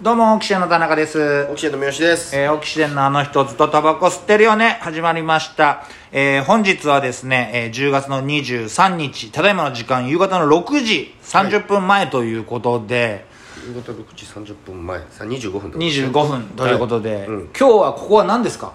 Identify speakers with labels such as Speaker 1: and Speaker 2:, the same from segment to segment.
Speaker 1: どうも、オキシエンの田中です。
Speaker 2: オキシエンの三好です。
Speaker 1: えー、オキシエンのあの人ずっとタバコ吸ってるよね、始まりました。えー、本日はですね、えー、10月の23日、ただいまの時間、夕方の6時30分前ということで、
Speaker 2: 夕方6時30分前、さ25分と
Speaker 1: 25分ということで、
Speaker 2: はいうん
Speaker 1: 今日はここは何ですか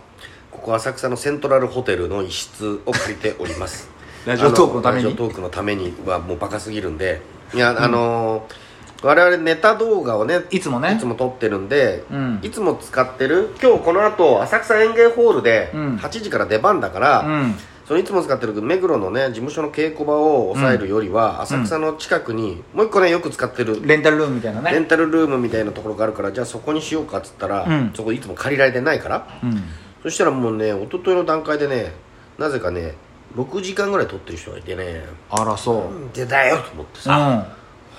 Speaker 2: ここ浅草のセントラルホテルの一室を借りております。
Speaker 1: ラジオトークのために
Speaker 2: あラジオトークのためにはもうバカすぎるんで、いや、あのー我々ネタ動画をね、
Speaker 1: いつもね
Speaker 2: いつも撮ってるんで、
Speaker 1: うん
Speaker 2: いつも使ってる、今日この後、浅草園芸ホールで、
Speaker 1: うん
Speaker 2: 8時から出番だから、
Speaker 1: うん。
Speaker 2: そのいつも使ってる目黒のね事務所の稽古場を抑えるよりは浅草の近くに、もう一個ねよく使ってる
Speaker 1: レンタルルームみたいな
Speaker 2: レ
Speaker 1: ね。
Speaker 2: ンタルルームみたいなところがあるからじゃあそこにしようかっつったら、
Speaker 1: うん
Speaker 2: そこいつも借りられてないから
Speaker 1: うん。
Speaker 2: そしたらもうね一昨日の段階でねなぜかね6時間ぐらい撮ってる人がいてね
Speaker 1: あら、そう。う
Speaker 2: なんでだよと思ってさ、
Speaker 1: ん。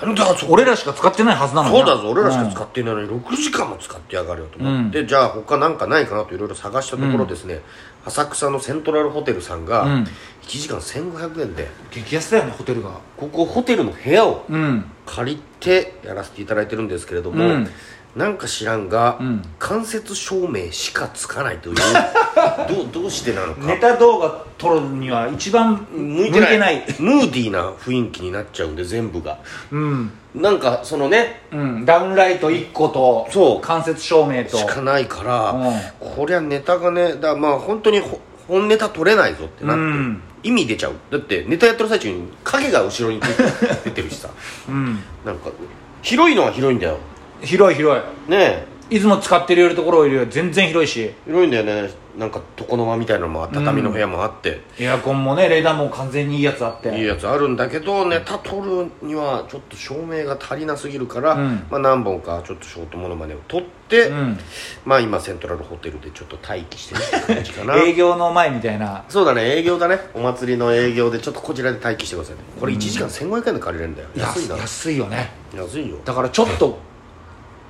Speaker 2: なんだそ
Speaker 1: 俺らしか使ってないはずなのに
Speaker 2: そ
Speaker 1: な
Speaker 2: うだぞ俺らしか使ってないのに6時間も使ってやがるよと思って、じゃあ他なんかないかなといろいろ探したところですね、浅草のセントラルホテルさんが
Speaker 1: うん
Speaker 2: 1時間1500円で
Speaker 1: 激安だよね、ホテルが。
Speaker 2: ここホテルの部屋を
Speaker 1: うん。
Speaker 2: 借りてやらせていただいてるんですけれども、
Speaker 1: うん
Speaker 2: なんか知らんが、
Speaker 1: ん
Speaker 2: 間接照明しかつかな いというどうどうしてなのか
Speaker 1: ネタ動画撮るには一番向
Speaker 2: 向
Speaker 1: い
Speaker 2: い
Speaker 1: て
Speaker 2: て
Speaker 1: ない。
Speaker 2: ないムーディーな雰囲気になっちゃうんで全部が
Speaker 1: うん。
Speaker 2: なんかそのね
Speaker 1: うん、ダウンライト1個と
Speaker 2: そう
Speaker 1: 間接照明と
Speaker 2: しかないから、
Speaker 1: う
Speaker 2: こりゃネタがねだまあ本当にほ本ネタ取れないぞってなって、
Speaker 1: うん
Speaker 2: 意味出ちゃうだってネタやってる最中に影が後ろに出て出てる しさ
Speaker 1: うん、
Speaker 2: なんか広いのは広いんだよ
Speaker 1: 広い広
Speaker 2: ねえ
Speaker 1: いいつも使ってるよりところよりは全然広いし
Speaker 2: 広いんだよねなんか床の間みたいなのもあ畳の部屋もあって、
Speaker 1: エアコンもねレーダーも完全にいいやつあって
Speaker 2: いいやつあるんだけどネタ撮るにはちょっと照明が足りなすぎるから、
Speaker 1: うん
Speaker 2: まあ、何本かちょっとショートモノマネを撮って、
Speaker 1: うん、
Speaker 2: まあ今セントラルホテルでちょっと待機してるって感じかな
Speaker 1: 営業の前みたいな
Speaker 2: そうだね営業だねお祭りの営業でちょっとこちらで待機してくださいねこれ1時間1500円で借りれるんだよ安いな
Speaker 1: 安いよね
Speaker 2: 安いよ
Speaker 1: だからちょっと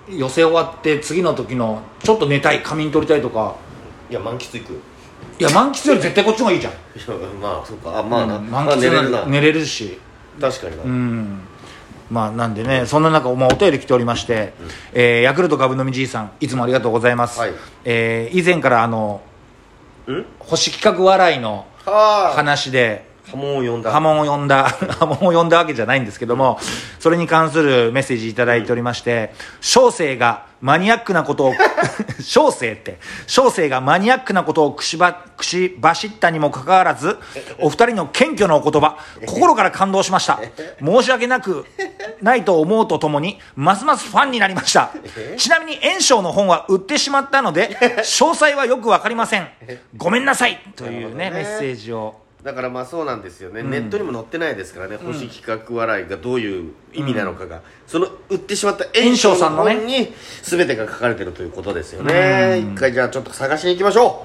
Speaker 1: 寄せ終わって次の時のちょっと寝たい仮眠取りたいとか
Speaker 2: いや満喫行くい
Speaker 1: いや満喫より絶対こっちの方がいいじゃん
Speaker 2: やまあそうかあまあな、
Speaker 1: うん
Speaker 2: ま
Speaker 1: 満
Speaker 2: あ、
Speaker 1: 喫
Speaker 2: 寝れ
Speaker 1: な
Speaker 2: るな、
Speaker 1: 寝れるし
Speaker 2: 確かにな、
Speaker 1: うんまあなんでねそんな中、まあ、お便り来ておりまして、えーヤクルト株飲みじいさんいつもありがとうございます、
Speaker 2: はい
Speaker 1: えー以前からあの
Speaker 2: ん
Speaker 1: 星企画笑いの
Speaker 2: はあ
Speaker 1: 話で
Speaker 2: 波紋を呼んだ
Speaker 1: 波紋を呼んだ 波紋を呼んだわけじゃないんですけどもそれに関するメッセージいただいておりまして小生がマニアックなことを 小生って小生がマニアックなことをくしばくし走ったにもかかわらずお二人の謙虚なお言葉心から感動しました申し訳なくないと思うとともにますますファンになりましたちなみに炎章の本は売ってしまったので詳細はよく分かりませんごめんなさいというね
Speaker 2: な
Speaker 1: メ
Speaker 2: るほ
Speaker 1: ッ
Speaker 2: どね
Speaker 1: セージを。
Speaker 2: だからまあそうなんですよね、ネットにも載ってないですからね、星企画笑いがどういう意味なのかが、その売ってしまった
Speaker 1: 炎
Speaker 2: 炎
Speaker 1: 章
Speaker 2: 章
Speaker 1: さ
Speaker 2: さ
Speaker 1: ん
Speaker 2: ん
Speaker 1: の
Speaker 2: の
Speaker 1: ね
Speaker 2: 本に全てが書かれてるということですよね、一回じゃあちょっと探しに行きましょ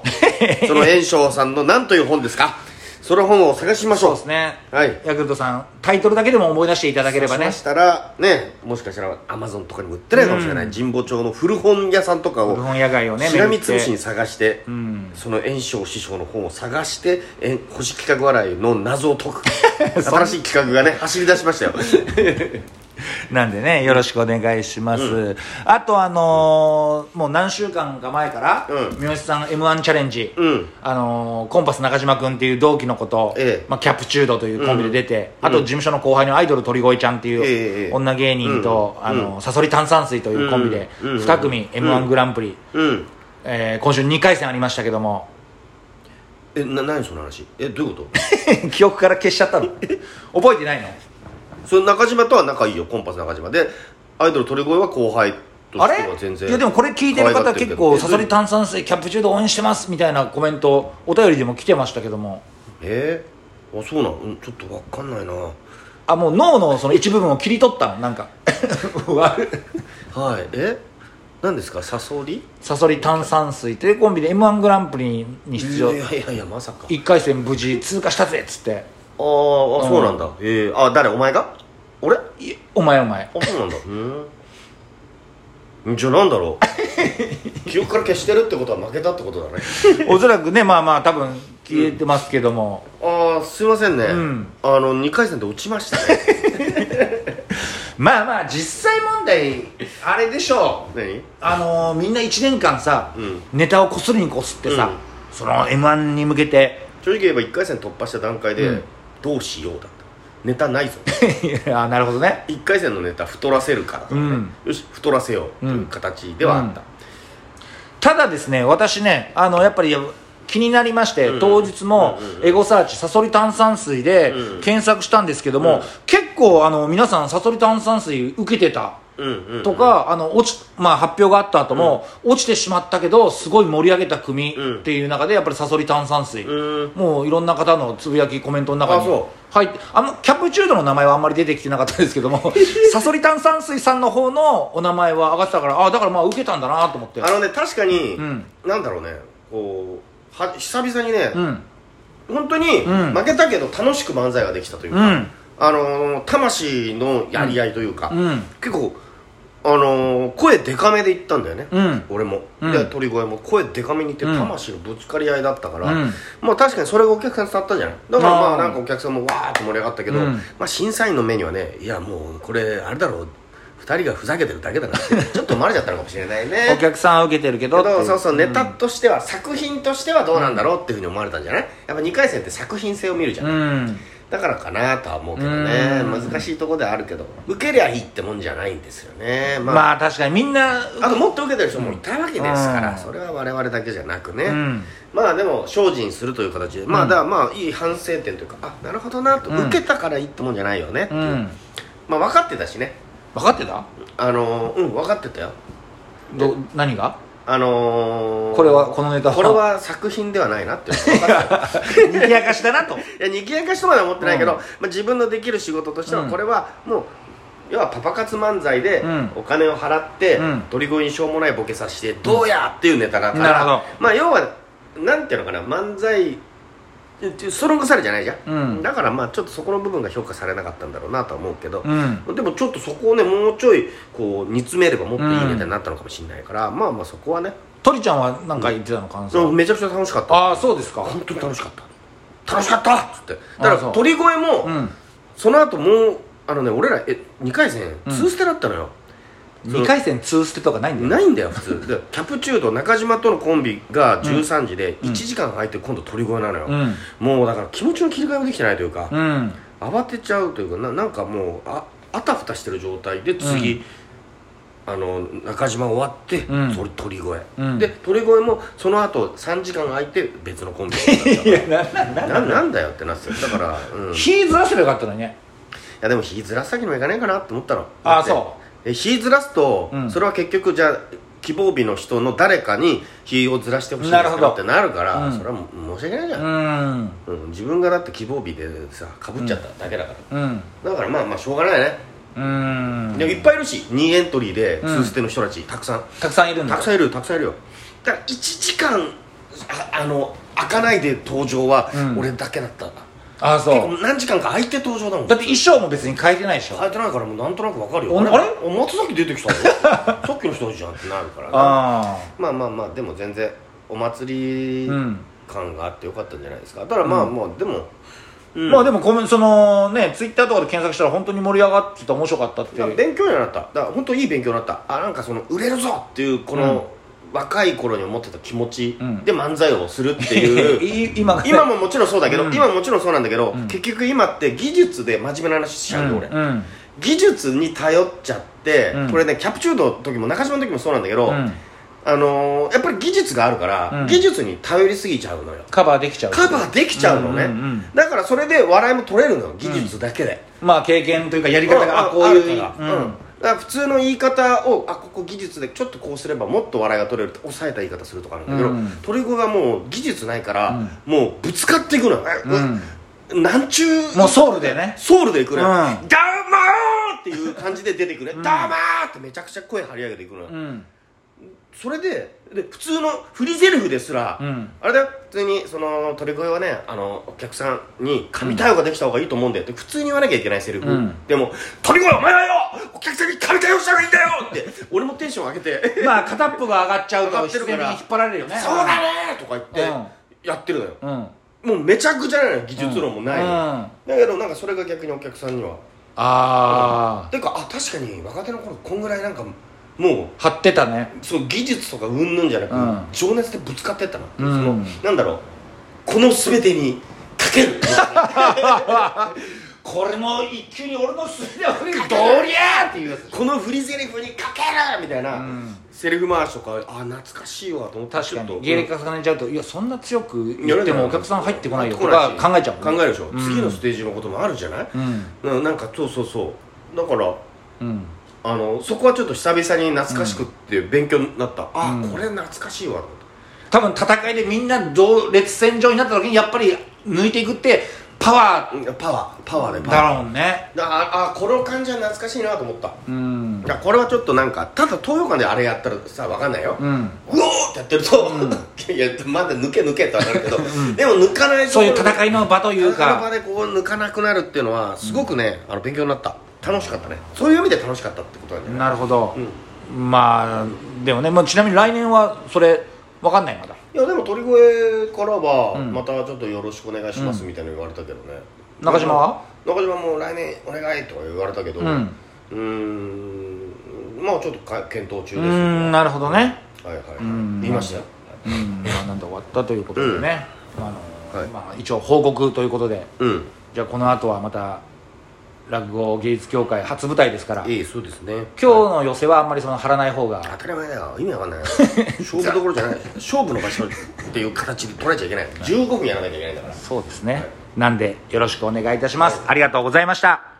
Speaker 2: うその炎章さんの何という本ですかその本を探しましょう
Speaker 1: そうですね、
Speaker 2: はい
Speaker 1: ヤクルトさんタイトルだけでも思い出していただければね
Speaker 2: そうしましたらねもしかしたらアマゾンとかにも売ってないかもしれない、神保町の古本屋さんとかを
Speaker 1: 古本屋街をね
Speaker 2: しらみつ
Speaker 1: 巡
Speaker 2: ぶ
Speaker 1: っ
Speaker 2: してに探して、その炎章師匠の本を探してえ星企画笑いの謎を解 く新しい企画がね走り出しましたよ
Speaker 1: なんでねよろしくお願いします、あとあのーもう何週間か前から、
Speaker 2: うん
Speaker 1: 三好さん m 1チャレンジ、
Speaker 2: うん
Speaker 1: あのーコンパス中島君っていう同期の子と、
Speaker 2: ええ
Speaker 1: まあ、キャプチュードというコンビで出て、あと事務所の後輩のアイドル鳥越ちゃんって
Speaker 2: ええ
Speaker 1: い
Speaker 2: ええ
Speaker 1: う女芸人と、あのーサソリ炭酸水というコンビで
Speaker 2: うんうん
Speaker 1: 2組 m 1グランプリ、
Speaker 2: うん
Speaker 1: えー今週2回戦ありましたけども
Speaker 2: えな何その話えどういうこと
Speaker 1: 記憶から消しちゃったの覚えてないの
Speaker 2: その中島とは仲いいよコンパス中島でアイドル鳥越は後輩と
Speaker 1: あ
Speaker 2: して
Speaker 1: れ
Speaker 2: は全然
Speaker 1: いやでもこれ聞いてる
Speaker 2: 可愛が
Speaker 1: 方
Speaker 2: ってけ
Speaker 1: 結
Speaker 2: ど
Speaker 1: 構サソリ炭酸水キャンプ中で応援してますみたいなコメントお便りでも来てましたけども
Speaker 2: えー、あそうなん、うん、ちょっとわかんないな
Speaker 1: あもう脳のその一部分を切り取ったのなんか 悪い
Speaker 2: はいえ何ですかサソリ
Speaker 1: サソリ炭酸水というコンビで m 1グランプリに出
Speaker 2: い
Speaker 1: 場
Speaker 2: やいやいやまさかあー
Speaker 1: 1回戦無事通過したぜっつって
Speaker 2: あそうなんだえー、あ誰お前が俺
Speaker 1: いえお前お前
Speaker 2: あそうなん だうんじゃあなんだろ う記憶から消してるってことは負けたってことだね
Speaker 1: おそらくねまあまあ多分消えてますけども、
Speaker 2: ああすいませんね、
Speaker 1: ん
Speaker 2: あの2回戦で落ちましたね
Speaker 1: まあまあ実際問題あれでしょう
Speaker 2: 何
Speaker 1: あのーみんな1年間さ、
Speaker 2: ん
Speaker 1: ネタをこすりにこすってさ、
Speaker 2: うん
Speaker 1: その m 1に向けて
Speaker 2: 正直言えば1回戦突破した段階で、
Speaker 1: うん
Speaker 2: どうしようだったネタない ぞ
Speaker 1: いやなるほどね
Speaker 2: 1回戦のネタ太らせるからだからね、
Speaker 1: うん
Speaker 2: よし太らせようという形ではあった、
Speaker 1: ただですね私ねあのやっぱり気になりまして、
Speaker 2: ん
Speaker 1: 当日もエゴサーチサソリ炭酸水で
Speaker 2: うん
Speaker 1: 検索したんですけども、
Speaker 2: うん
Speaker 1: 結構あの皆さんサソリ炭酸水受けてた
Speaker 2: うんうんうん
Speaker 1: とか、あの落ちまあ、発表があった後も、落ちてしまったけどすごい盛り上げた組
Speaker 2: うん
Speaker 1: っていう中でやっぱりサソリ炭酸水、
Speaker 2: うーん
Speaker 1: もういろんな方のつぶやきコメントの中
Speaker 2: あ
Speaker 1: に
Speaker 2: そ
Speaker 1: 入ってあのキャプチュードの名前はあんまり出てきてなかったですけど もサソリ炭酸水さんの方のお名前は上がってたからあだからまあ受けたんだなと思って
Speaker 2: あのね確かに、
Speaker 1: ん
Speaker 2: なんだろうねこうは久々にね、
Speaker 1: うん
Speaker 2: 本当に、
Speaker 1: ん
Speaker 2: 負けたけど楽しく漫才ができたというか、
Speaker 1: うん
Speaker 2: あのー魂のやり合いというか、
Speaker 1: うん
Speaker 2: 結構あのー声デカめで言ったんだよね、
Speaker 1: うん
Speaker 2: 俺も、
Speaker 1: うん
Speaker 2: で鳥越も声デカめに言って
Speaker 1: ん
Speaker 2: 魂のぶつかり合いだったから、
Speaker 1: うん
Speaker 2: まあ確かにそれがお客さんに伝わったじゃないだからま
Speaker 1: あー
Speaker 2: あなんかお客さんもわーって盛り上がったけど、
Speaker 1: うん
Speaker 2: まあ、審査員の目にはねいやもうこれあれだろう2人がふざけてるだけだなってちょっと思われちゃったのかもしれない ね
Speaker 1: お客さんは受けてるけど
Speaker 2: だ
Speaker 1: って
Speaker 2: から
Speaker 1: いう
Speaker 2: そうそうネタとしては、作品としてはどうなんだろうっていうふうに思われたんじゃないやっぱ2回戦って作品性を見るじゃ、
Speaker 1: うんん
Speaker 2: だからかなとは思うけどね
Speaker 1: うん
Speaker 2: 難しいとこではあるけど受けりゃいいってもんじゃないんですよねまあ、
Speaker 1: まあ確かにみんな
Speaker 2: あともっと受けてる人もいたわけですから、
Speaker 1: うん
Speaker 2: それは我々だけじゃなくね、
Speaker 1: うん
Speaker 2: まあでも精進するという形でまあだからまあいい反省点というかあなるほどなと、
Speaker 1: うん
Speaker 2: 受けたからいいってもんじゃないよねって
Speaker 1: う
Speaker 2: いう、
Speaker 1: ん
Speaker 2: まあ分かってたしね
Speaker 1: 分かってた
Speaker 2: あのーうん分かってたよ
Speaker 1: ど何 が
Speaker 2: あのー
Speaker 1: これはこのネタは
Speaker 2: これは作品ではないなっていうのは分かったよ
Speaker 1: にぎやかしだなと
Speaker 2: いやにぎやかしとまでは思ってないけど、
Speaker 1: うん
Speaker 2: まあ、自分のできる仕事として
Speaker 1: う
Speaker 2: は
Speaker 1: ん
Speaker 2: これはもう、要はパパ活漫才で
Speaker 1: うん
Speaker 2: お金を払って、
Speaker 1: うん
Speaker 2: 鳥越にしょうもないボケさせてどうやっていうネタだから、
Speaker 1: なるほど
Speaker 2: まあ要はなんていうのかな漫才ストロングサルじゃないじゃん、
Speaker 1: うん
Speaker 2: だからまあちょっとそこの部分が評価されなかったんだろうなとは思うけど、
Speaker 1: うん
Speaker 2: でもちょっとそこをねもうちょいこう煮詰めればもっといいネタになったのかもしれないから、まあまあそこはね
Speaker 1: 鳥ちゃんは何か言ってたの感
Speaker 2: そう
Speaker 1: 想
Speaker 2: めちゃくちゃ楽しかった
Speaker 1: ああそうですか
Speaker 2: 本当に楽しかった楽しかったっつってだ
Speaker 1: あ
Speaker 2: か
Speaker 1: そう
Speaker 2: ら鳥越も、
Speaker 1: うん
Speaker 2: その後もうあのね俺らえ2回戦
Speaker 1: ん
Speaker 2: 2捨てだったのよ、
Speaker 1: 2回戦2捨てとかないんだよ
Speaker 2: ないんだよ 普通でキャプチュード中島とのコンビが13時で1時間空いて今度鳥越なのよ、
Speaker 1: うん
Speaker 2: もうだから気持ちの切り替えもできてないというか、
Speaker 1: うん
Speaker 2: 慌てちゃうというかななんかもうああたふたしてる状態で次、あの中島終わって、
Speaker 1: うん
Speaker 2: それ鳥越、
Speaker 1: うん
Speaker 2: で鳥越もその後3時間空いて別のコンビになっちゃう
Speaker 1: いやなんなん
Speaker 2: ななんだよってなってただから、うん、
Speaker 1: 火ずらせばよかったのにね
Speaker 2: いやでも日ずらすわけにもいかないかなって思ったの
Speaker 1: あー
Speaker 2: だって
Speaker 1: そ
Speaker 2: え日ずらすと、
Speaker 1: うん
Speaker 2: それは結局じゃあ希望日の人の誰かに日をずらしてほしいん
Speaker 1: な
Speaker 2: で
Speaker 1: る
Speaker 2: す
Speaker 1: ほ
Speaker 2: け
Speaker 1: ど
Speaker 2: どってなるから、
Speaker 1: うん
Speaker 2: それはもう申し訳ないじ
Speaker 1: う
Speaker 2: ゃん、
Speaker 1: ん
Speaker 2: うん自分がだって希望日でさかぶっちゃっただけだから、
Speaker 1: うん
Speaker 2: だからまあまあしょうがないね、
Speaker 1: うん
Speaker 2: でもいっぱいいるし2エントリーで
Speaker 1: うん
Speaker 2: 2捨ての人たち、たくさん
Speaker 1: たくさんいるん
Speaker 2: た
Speaker 1: だ
Speaker 2: くさんいるたくさんいるよだから1時間ああの開かないで登場は
Speaker 1: うん
Speaker 2: 俺だけだった、
Speaker 1: ああそ
Speaker 2: 結構何時間か空いて登場だもん
Speaker 1: うだって衣装も別に変えてないでしょ
Speaker 2: 変えてないからもうなんとなくわかる
Speaker 1: お
Speaker 2: よ
Speaker 1: あれ
Speaker 2: お松崎出てきたぞ さっきの人じゃんってなるからね
Speaker 1: ああ
Speaker 2: まあまあまあでも全然お祭り
Speaker 1: うん
Speaker 2: 感があってよかったんじゃないですかただまあまあでも、うん
Speaker 1: まあでもコメンそのねツイッターとかで検索したら本当に盛り上がってて面白かったって
Speaker 2: だから
Speaker 1: いう
Speaker 2: 勉強にはなっただから本当いい勉強になったあなんかその売れるぞっていうこの、若い頃に思ってた気持ち
Speaker 1: うん
Speaker 2: で漫才をするってい う、
Speaker 1: い今がね
Speaker 2: 今ももちろんそうだけど、
Speaker 1: うん
Speaker 2: 今ももちろんそうなんだけど、
Speaker 1: ん
Speaker 2: 結局今って技術で真面目な話しちゃうんで、俺、
Speaker 1: うんうん
Speaker 2: 技術に頼っちゃって、
Speaker 1: うん
Speaker 2: これねキャプチュードの時も中島の時もそうなんだけど、
Speaker 1: うん
Speaker 2: あのーやっぱり技術があるから、
Speaker 1: うん
Speaker 2: 技術に頼りすぎちゃうのよ
Speaker 1: カバーできちゃう
Speaker 2: カバーできちゃうのね、
Speaker 1: うんうんうん
Speaker 2: だからそれで笑いも取れるのよ技術だけで、
Speaker 1: まあ経験というかやり
Speaker 2: 言い
Speaker 1: 方
Speaker 2: 方
Speaker 1: が
Speaker 2: が
Speaker 1: あ
Speaker 2: あ
Speaker 1: こ
Speaker 2: こ
Speaker 1: う
Speaker 2: う
Speaker 1: い
Speaker 2: いうう、うん
Speaker 1: うん
Speaker 2: だから普通の言い方をあここ技術でちょっとこうすればもっと笑いが取れるって抑えた言い方するとかあるんだけど、
Speaker 1: うん
Speaker 2: 鳥越がもう技術ないから、もうぶつかっていくのよ、うなんちゅう
Speaker 1: もうソウルでね
Speaker 2: ソウルでいくのよ、
Speaker 1: うん
Speaker 2: どうもーっていう感じで出てくる、どうもーってめちゃくちゃ声張り上げていくのよ、
Speaker 1: うん
Speaker 2: それでで普通のフリゼルフですら、
Speaker 1: うん
Speaker 2: あれだよ普通にその鳥越はねあのお客さんに神対応ができた方がいいと思うんだよって普通に言わなきゃいけないセリフ、
Speaker 1: うん
Speaker 2: でも「鳥越お前はよお客さんに神対応した方がいいんだよ!」って俺もテンション上げて
Speaker 1: まあ片っぽが上がっちゃう
Speaker 2: 上
Speaker 1: と
Speaker 2: がって
Speaker 1: 必
Speaker 2: る
Speaker 1: 然
Speaker 2: か
Speaker 1: に引
Speaker 2: ら
Speaker 1: っ張られるよ
Speaker 2: 「
Speaker 1: ね
Speaker 2: そうだね!」とか言ってやってるのよ、
Speaker 1: うん
Speaker 2: もうめちゃくちゃなのよ技術論もないのよ、
Speaker 1: うん
Speaker 2: だけどなんかそれが逆にお客さんには
Speaker 1: ああ
Speaker 2: ていうかあ確かに若手の頃こんぐらいなんかも
Speaker 1: 張ってたね
Speaker 2: うその技術とかうんぬんじゃなく、
Speaker 1: うん
Speaker 2: 情熱でぶつかってったな、
Speaker 1: うん
Speaker 2: そのなんだろうこの全てにかけ るこれも一級に俺の全てを振りドリャーっていうやつこの振りゼリフにかけるみたいな、
Speaker 1: ん
Speaker 2: セリフ回しとかあ懐かしいわと思って
Speaker 1: 確か
Speaker 2: ちょっ
Speaker 1: に
Speaker 2: と
Speaker 1: 芸歴重ねちゃうといやそんな強く言
Speaker 2: やれ
Speaker 1: っ
Speaker 2: な
Speaker 1: て
Speaker 2: い
Speaker 1: もお客さん入ってこないよ
Speaker 2: 入
Speaker 1: と
Speaker 2: ってこな
Speaker 1: か考え
Speaker 2: いし
Speaker 1: ちゃうも
Speaker 2: 考
Speaker 1: ん
Speaker 2: えるでしょ、
Speaker 1: うん
Speaker 2: 次のステージのこともあるじゃない、
Speaker 1: うん
Speaker 2: ななんかそうそうそうだから
Speaker 1: うん
Speaker 2: あのそこはちょっと久々に懐かしくって勉強になった、あ、
Speaker 1: うん
Speaker 2: これ懐かしいわと思って
Speaker 1: 多分戦いでみんな同列戦上になった時にやっぱり抜いていくってパワ
Speaker 2: うんパワーパワー
Speaker 1: ー
Speaker 2: ねパワー
Speaker 1: だろうね
Speaker 2: だああこの感じは懐かしいなと思った
Speaker 1: うん
Speaker 2: いやこれはちょっとなんかただ東洋館であれやったらさわかんないよ、う
Speaker 1: うん
Speaker 2: おーってやってると、 いやいやまだ抜け抜けってわかるけど、でも抜かないとこ
Speaker 1: そう
Speaker 2: ろ
Speaker 1: いう戦いの場という
Speaker 2: 戦いの場
Speaker 1: か
Speaker 2: でこう抜かなくなるっていうのはすごくね、あの勉強になった楽しかったねそういう意味で楽しかったってことなんじゃない
Speaker 1: なるほど、まあでもね、まあ、ちなみに来年はそれわかんないまだ
Speaker 2: いやでも鳥越からは
Speaker 1: ん
Speaker 2: またちょっとよろしくお願いしますみたいなの言われたけどね、
Speaker 1: 中島は
Speaker 2: 中島も来年お願いとか言われたけど
Speaker 1: うん
Speaker 2: うーんまあちょっとか検討中
Speaker 1: う
Speaker 2: で
Speaker 1: ー
Speaker 2: すは
Speaker 1: んなるほどね
Speaker 2: いはいはい
Speaker 1: ん
Speaker 2: 言いましたよ
Speaker 1: うんまあなんで終わったということでね、あの
Speaker 2: はい
Speaker 1: まあ、一応報告ということで
Speaker 2: うん
Speaker 1: じゃあこの後はまた落語芸術協会初舞台ですから今
Speaker 2: いいそうですね
Speaker 1: 日の寄せはあんまりその張らない方
Speaker 2: 当
Speaker 1: が
Speaker 2: たり前だよ意味わかんないよ 勝負どころじゃない勝負の場所っていう形で取られちゃいけない15分やらなきゃいけないんだから
Speaker 1: そうですねなんでよろしくお願いいたしますありがとうございました